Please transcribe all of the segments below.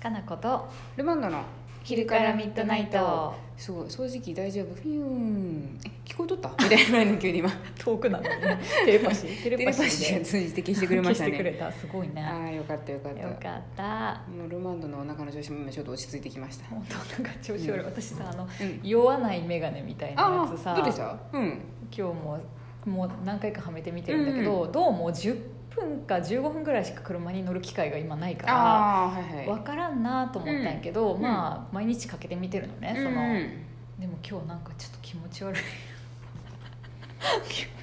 かなことルマンドの昼からミッドナイトすごい掃除機大丈夫フィューンえ聞こえとった みたいなぐらいの急に今遠くなのねテレパシ ーテテレパシーが通じて消してくれました消してくれねたすごいねああよかったよかったよかったもうルマンドのお腹の調子も今ちょっと落ち着いてきました 本当なんか調子悪い、私さあのうん酔わない眼鏡みたいなあやつさあどうでしたうん今日ももう何回かはめてみてるんだけど、どうも10分か15分ぐらいしか車に乗る機会が今ないからああはいは分からんなと思ったんやけど、うんまあ毎日かけてみてるのねいその、うんでも今日なんかちょっと気持ち悪い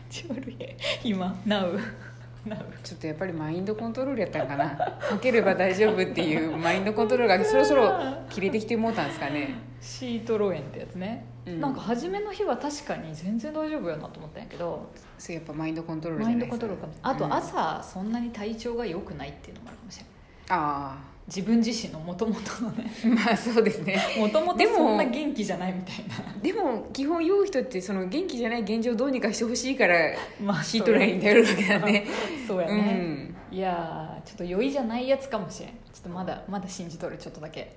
気持ち悪い今 NOW ちょっとやっぱりマインドコントロールやったんかなかければ大丈夫っていう マインドコントロールがそろそろ切れてきてもうたんですかねシートロエンってやつね、うんなんか初めの日は確かに全然大丈夫やなと思ったんやけどそうやっぱマインドコントロールじマゃインなドいコでンすトロかールかもあうとん朝そんなに体調が良くないっていうのもあるかもしれないあ自分自身のもともとのねあまあそう ですねもともとでもそんな元気じゃないみたいなでも基本酔う人ってその元気じゃない現状をどうにかしてほしい からまあシートラインに頼るわけだねそうやうね、んいやーちょっと酔いじゃないやつかもしれんちょっとまだまだ信じとるちょっとだけ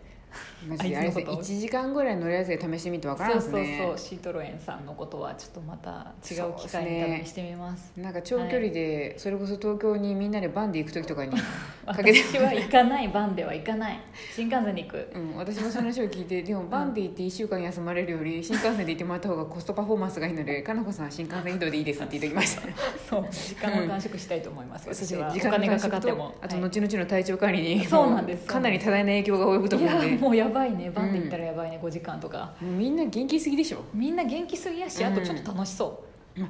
マジであれですあいねつのこと1時間ぐらい乗り合わせで試してみてわからんですねそうそうそうシートロエンさんのことはちょっとまた違う機会そうですにね試してみますなんか長距離でそれこそ東京にみんなでバンで行く時 とかに、かけて私は行かないバンでは行かない新幹線で行くうん、私もその話を聞いてでもバンで行って1週間休まれるより新幹線で行ってもらった方がコストパフォーマンスがいいのでかなこさんは新幹線移動でいいですって言ってきましたそう時間を短縮したいと思います、そうです私ねはお時間の金が短かか縮っとてもあとはい後々の体調管理にもそうなんですかなり多大な影響が及ぶとい思うんでやももうやばいねバンで行ったらやばいね、5時間とかうみんな元気すぎでしょみんな元気すぎやしあとちょっと楽しそでも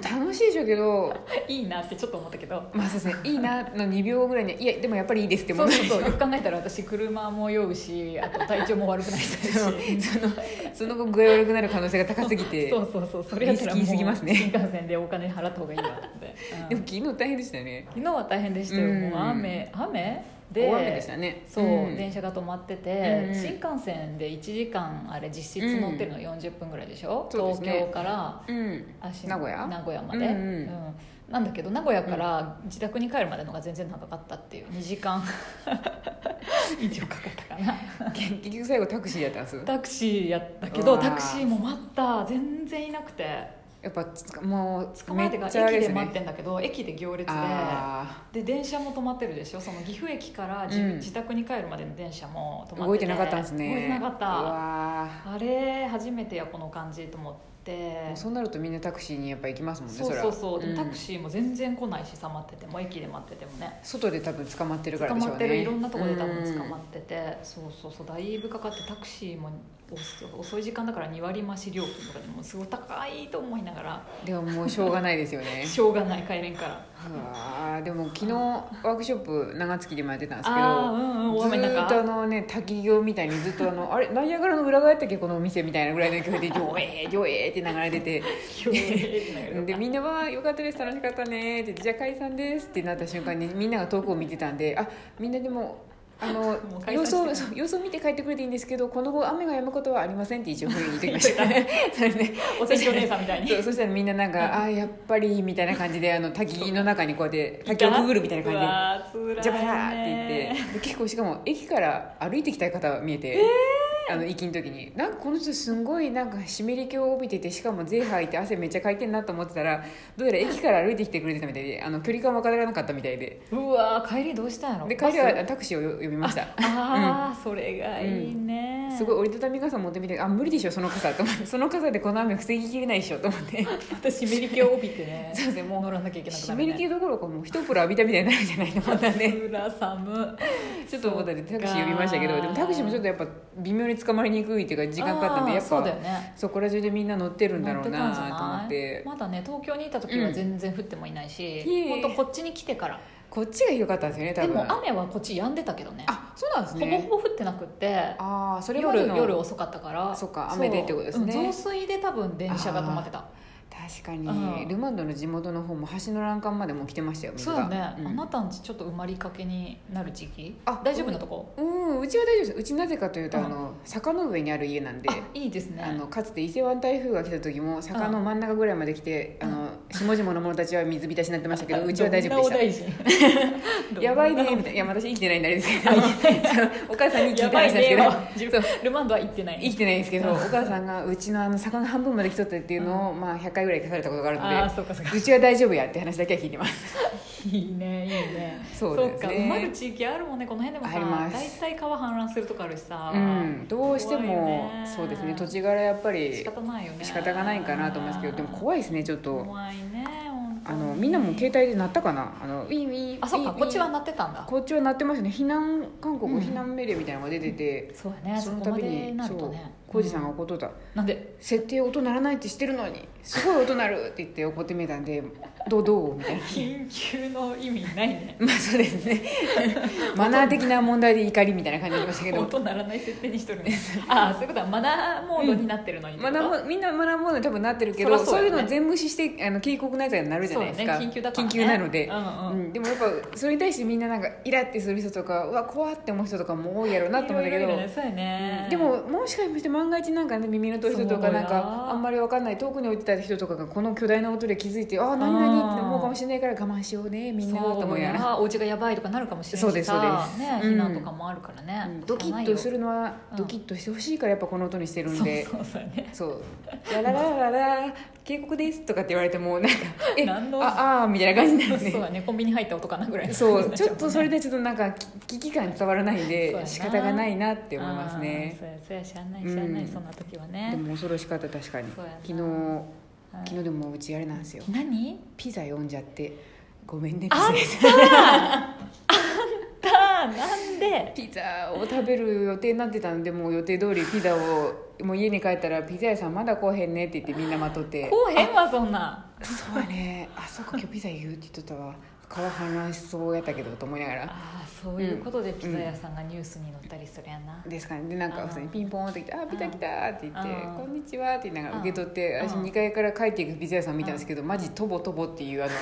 楽しいでしょうけどう、いいなってちょっと思ったけどまあそうですねいいなの2秒ぐらいにいやでもやっぱりいいですってそもううそうそうよく考えたら私車も酔うしあと体調も悪くなりそうだしそのその後具合悪くなる可能性が高すぎてそうそうそうそれやったらもうリスキーすぎますね新幹線でお金払った方がいいわと思って、うんでも昨日大変でしたね昨日は大変でしたよ、うんもう雨雨で大雨でしたねそう、ん電車が止まってて、うん新幹線で1時間あれ実質乗ってるの40分ぐらいでしょ、そうです東ね京からうんあし名古屋名古屋まで、うんうんうんなんだけど名古屋から自宅に帰るまでのが全然長かったっていう2時 間以上かかったかな結結局最後タクシーやったんですタクシーやったけうどわータクシーも待った全然いなくてやっぱつかもう捕まえてかめらっちゃあれ駅でです待っねてんだけど駅で行列であで電車も止まってるでしょその岐阜駅から自,、うん自宅に帰るまでの電車も止ーまって動いてなかったんですね動いてなかっうたわあれ初めてやこの感じと思っーてもうそうなるとみんなタクシーにやっぱ行きますもんねそうりゃそうそうでもんタクシーも全然来ないしさ待ってても駅で待っててもね外で多分捕まってるから捕でしょうまねってるいろんなとこで多分捕まっっててそうそうそうだいぶかかってタクシーも遅遅い時間だから2割増し料金とかでもすごい高いと思いながらてでももうしょうがないですよねしょうがない帰れんからうわーでも昨日ワークショップ長月でもやってたんですけどああうんうん大ず雨のーっと中あのね滝行みたいにずっとあのあれナイアガラの裏側やったっけこのお店みたいなぐらいの 勢いで「ジョエージョエー」って流れ出て 急にってながらでみんなは「よかったです楽しかったね」って「じゃあ解散です」ってなった瞬間にみんなが遠くを見てたんであみんなでも。あのもう解様散して子をそう様子を見て帰ってくれていいんですけどこの後雨が止むことはありませんっ て一応言ってきました それでおせちお姉さんみたいにそうそしたらみんななんか「あーやっぱり」みたいな感じであの滝の中にこうやって滝をくぐるみたいな感じじでジャバラーって言ってで結構しかも駅から歩いてきた方が見えて、あの行きの時になんかこの人すんごいなんか湿り気を帯びててしかも税吐いて汗めっちゃかいてんなと思ってたらどうやら駅から歩いてきてくれてたみたいであの距離感分からなかったみたいでうわー帰りどうしたんやろで帰りはバスタクシーを呼びましたああ、それがいいね、すごい折りたたみ傘持ってみてあ無理でしょその傘と思ってそ の傘でこの雨防ぎきれないでしょと思って私湿り気を帯びてね そうですねもう乗らなきゃいけなく湿なり気ねどころかもう一風呂浴びたみたいになるんじゃないと思ったん でうら 寒ちょっと思ったんでタクシー呼びましたけどでもタクシーもちょっとやっぱ微妙に捕まりにくいっていうか時間かかったんでやっぱそうだよねそこら中でみんな乗ってるんだろう乗なってたんじゃとない思ってまだね東京にいた時は全然降ってもいないしうん本当、ほんとこっちに来てからこっちがひどかったんですよね多で分も雨はこっち止んでたけどねあそうなんですほぼねほぼ降ってなくってああそれまで夜の夜遅かったからそっか雨でってことですねそううん増水で多分電車が止まってた確かうんにルマンドの地元の方も橋の欄干までもう来てましたよ水そうがだね、んあなたんちちょっと埋まりかけになる時期あ大丈夫なとこうんうちは大丈夫ですうちなぜかというとうんあの坂の上にある家なんであいいですねあのかつて伊勢湾台風が来た時も坂の真ん中ぐらいまで来て、うんあの下々の者たちは水浸しになってましたけどうちは大丈夫でしたした やばいねみたいないや私生きてないんであれですけど お母さんに聞いた話なんですけどやばいね は自分そルマンドは行ってな生いきてないんですけどお母さんがうちのあの魚半分まで来とったっていうのを、まあ、100回ぐらい書かれたことがあるのああでそうかそうかうちは大丈夫やって話だけは聞いてますいいねいいねそうですねっか埋まる地域あるもんねこの辺でもさあります大体川氾濫するとかあるしさ、うん、どうして怖いよもねそうですね土地柄やっぱ仕り方ないよね仕方がないかなと思いますけどでも怖いですねちょっと怖いね本当あにのみんなも携帯で鳴ったかなあのウィンウィンあそっかウィンウィンこっちはなってたんだこっちは鳴ってますね避難勧告、うん避難命令みたいなのが出てて、そうやねそそのこま度でになそるとうね浩二さんが怒っとった、うんなんで設定音鳴らないってしてるのにすごい音鳴るって言って怒ってみたんでどうどうみたいな緊急の意味ないねまあそうですねマナー的な問題で怒りみたいな感じでましたけど音鳴らない設定にしとるねああそういうことはマナーモードになってるのにってこマとナーもみんなマナーモードに多分なってるけそどらそうそうやねいうのを全無視してあの警告のやつがなるじゃないですか、そうだね緊急だからね緊急なので、うんうんでもやっぱそれに対してみんななんかイラってする人とかうわ怖って思う人とかも多いやろうなと思うんだけどいろいろいるねそうやねうんでももしかして万が一なんかね耳の遠い人とそうかよなんかあんまりわかんない遠くに置いてた人とかがこの巨大な音で気づいて「ああ何々」って思うかもしれないから我慢しようねみんなと思いながらあお家がやばいとかなるかもしれないしそうですさそうですねうん避難とかもあるからね、うんドキッとするるのはうんドキッとしてほしいからやっぱこの音にしてるそうんで。そうそうやねそう「ララララララ警告です」とかって言われてもなんか「え何のああー」みたいな感じになる そうねだねコンビニ入った音かなぐらいのそ感じ うになちょゃっうもんとねそれでちょっとなんかき危機感伝わらないんそうやでな仕方がないなって思いますねあーそうやそうや知らない知らない、うんそんな時はでねも恐ろしかった確かにそうやな昨日はい昨日でもうちあれなんですよ何ピザ読んじゃってごめんねピあザんたあんたなんでピザを食べる予定になってたんでもう予定通りピザをもう家に帰ったらピザ屋さんまだ来おへんねって言ってみんな待っとってこうへんわそんなそうやねあそうか今日ピザ言うって言っとったわ川氾濫しそうやったけどと思いながらああそういうことでピザ屋さんがニュースに載ったりするやな、ですかねでなんかあー普通にピンポーンって来て「あーピザ来た」って言ってあ「ーこんにちは」って言いながら受け取ってあー私2階から帰っていくピザ屋さん見たんですけどマジトボトボっていうあの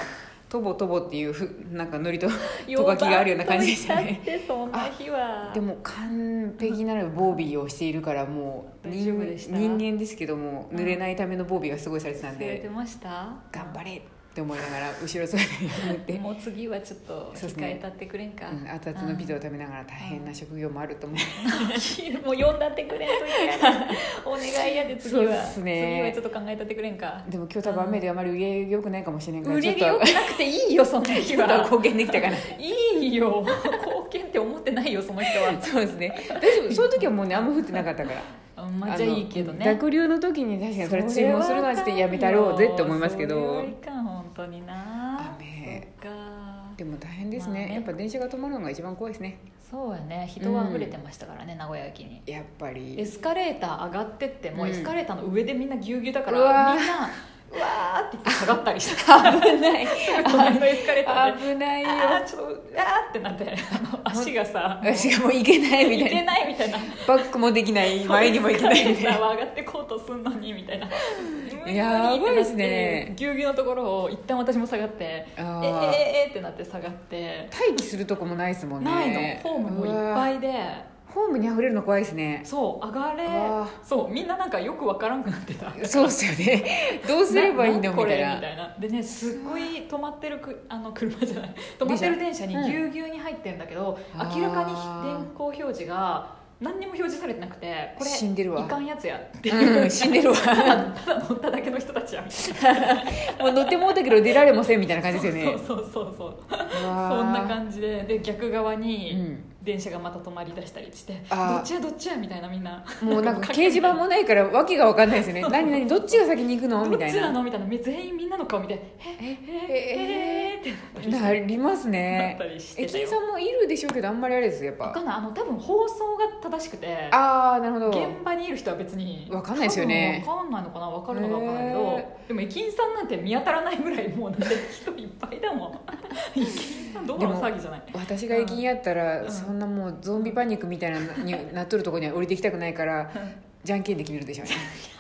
トボトボっていうふなんか ノリととがきがあるような感じでしたね呼ばんといたってそんな日はでも完璧なる防備をしているからもう人大丈夫でした人間ですけども濡れないための防備がすごいされてたんされてでました頑張れって思いながら後ろ姿に向って、 もう次はちょっとそうです控ねえたってくれんか、うん、熱々のピザを食べながら大変な職業もあると思うもう呼んだってくれんといてやなお願いやで次そうっは、すね次はちょっと考えたってくれんかでも今日多分雨であまり売り上げ良くないかもしれないから売り上ちょっげ良くとなくていいよそんな日ちょっとは貢献できたかないいよ貢献って思ってないよその人はそうですね大丈夫そういう時はもうねあんま降ってなかったからあまあじゃあいいけどね濁流の時に確かにそれ注文するのはちょっとやめたろうぜって思いますけそれはどいかん本当にな雨そっかでも大変ですね,、まあねやっぱ電車が止まるのが一番怖いですねそうやね人は溢れてましたからね、名古屋駅にやっぱエりスカレーター上がってっても、うんエスカレーターの上でみんなぎゅうぎゅうだかうわらーみんなうわーって言って下がったりした 危ない隣のエスカレーターで危ないよあーちょっとうわーってなってあの足がさしかも行けないみいたいけなないみたいなバックもできない前にも行けないみたいエスカレーターなは上がってこうとすんのにみたいなやばいですねぎゅうぎゅうのところを一旦私も下がってえあえーええってなって下がって待機するとこもないですもんねないのホームもいっぱいいでホームに溢れるの怖いですねそう上がれあそうみんななんかよくわからんくなってた そうっすよ ねどうすればいいのななみこたれいみなたいなでねすっごい止まってるくあの車じゃ ない止まってる電車に電車ぎゅうぎゅうに入ってんだけど、あー明らかに電光表示が何にも表示されてなくてこれ死んでるわいかんやつやっていう、うん死んでる わただただ乗っただけの人たちやみたいもう乗ってもうたけど出られませんみたいな感なじですよねそうそうそうそううわーそんな感じでで逆側うにん電車がまた止まりだしたりして、あーどっちやどっちやみたいなみんなも うなんか掲示板もないからわけがわかんないですよね何何どっちが先に行くのどみったいちななのみたいな全員みんなの顔見て「えええええってなったりしてなりますなねったりしてた駅よ員さんもいるでしょうけどあんまりあれですよやっわかぱんないあの多分放送が正しくてああなるほど現場にいる人は別にわかんないですよね多分わかんないのかなわかるのかわかんないけどへでも駅員さんなんて見当たらないぐらいもうだって人いっぱいだもん駅 員さんどこの騒ぎじゃない私が駅員やったうらんそんなもうゾンビパニックみたいなのになっとるとこには降りてきたくないからじゃんけんで決めるでしょうね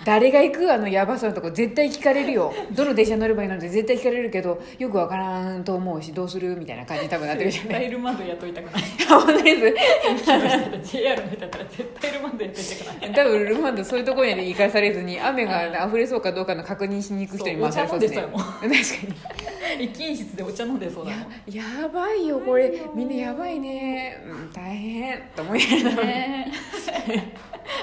誰が行くあのヤバそうなとこ絶対聞かれるよどの電車乗ればいいのって絶対聞かれるけどよくわからんと思うしどうするみたいな感じに多分なってるじゃ絶な対いいる窓雇いた くない本当です駅の人たち JR の人だったら絶対いる窓雇いたくない多分ルマンドそういうところに行かされずに雨が溢れそうかどうかの確認しに行く人に回されそうですね そうお確かに駅員室でお茶飲んでそうだもんやばいよこれみんなやばいね、うん、大変と思いながらねえ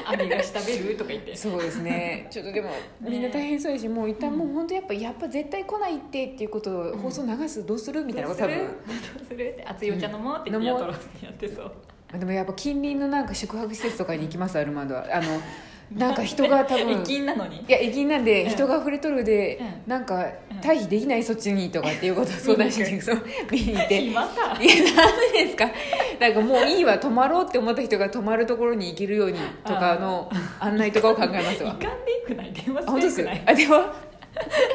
網がしたべるとか言ってそうです ねちょっとでもみんな大変そうやしもう一旦もう本当やっぱやっぱ絶対来ないってっていうことを放送流すどうするみたいなこと多どう分するどうするって熱いお茶飲もうって言って飲やもうトロってやってそうでもやっぱ近隣のなんか宿泊施設とかに行き ますアルマンドはあのなんか人が多分駅員なのにいや駅員なんでうん人が溢れとるで、うなんかうん退避できないそっちにとかっていうことを相談し見ににそう 見に 行っていや暇かなんでですかなんかもういいわ泊まろうって思った人が泊まるところに行けるようにとかの案内とかを考えます行 わかんでいくない電話あ本し当てでいくすないあでも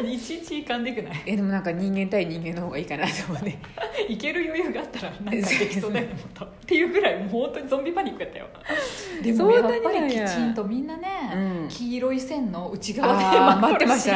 いちいち行かんでいくないえでもなんか人間対人間の方がいいかなと思って行ける余裕があったらなんかできそうだよねもっとっていうぐらいもう本当にゾンビパニックやったよでもそやんっなになぱんやりきちんとみんなね、うん黄色い線の内側であー待っとる待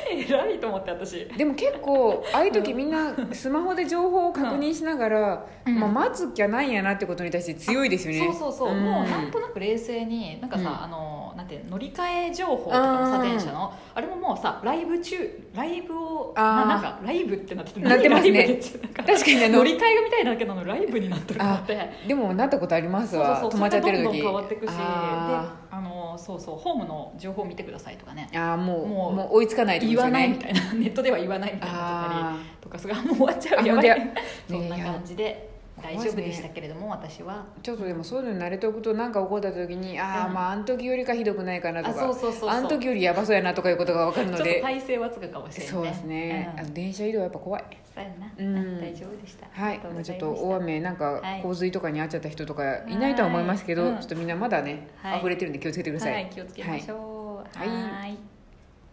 偉いと思って私でも結構ああいう時みんなスマホで情報を確認しながら、うんまあ、待つきゃないんやなってことに対して強いですよねそうそうそう、んもうなんとなく冷静になんかさ、うんあのなんていうの乗り換え情報とかもさうん電車のあれももうさライブ中ライブをあーななんかライブってなっててなってます何ねライブってなんか確かにあの乗り換えがみたいだけどのライブになってるのってでもなったことありますわそうそう止まっちゃってる時それがどんどん変わっていくしでああのそうそうホームの情報を見てくださいとかねーあーもうももうう追いつかないってこ言とわでなすよいみねたいなネットでは言わないみたいなのとかあにとかすごいあもう終わっちゃあうやばい、ほんそねんえないや感じで怖大い丈ですね夫でしたけれども、私はーちょっとでもそういうのに慣れておくと何か起こった時にああ、うんまああの時よりかひどくないかなとあかそうそうそうそうあの時よりやばそうやなとかいうことが分かるちょのっとで体勢はつくかもしれないそうですね、うんあの電車移動はやっぱ怖いそうやな、うん大丈夫でしたはい、もうちょっと大雨なんかはい洪水とかに遭っちゃった人とかいないとは思いますけど、はいうんちょっとみんなまだね、はい溢れてるんで気をつけてくください。はい、気をつけましょうはいはーい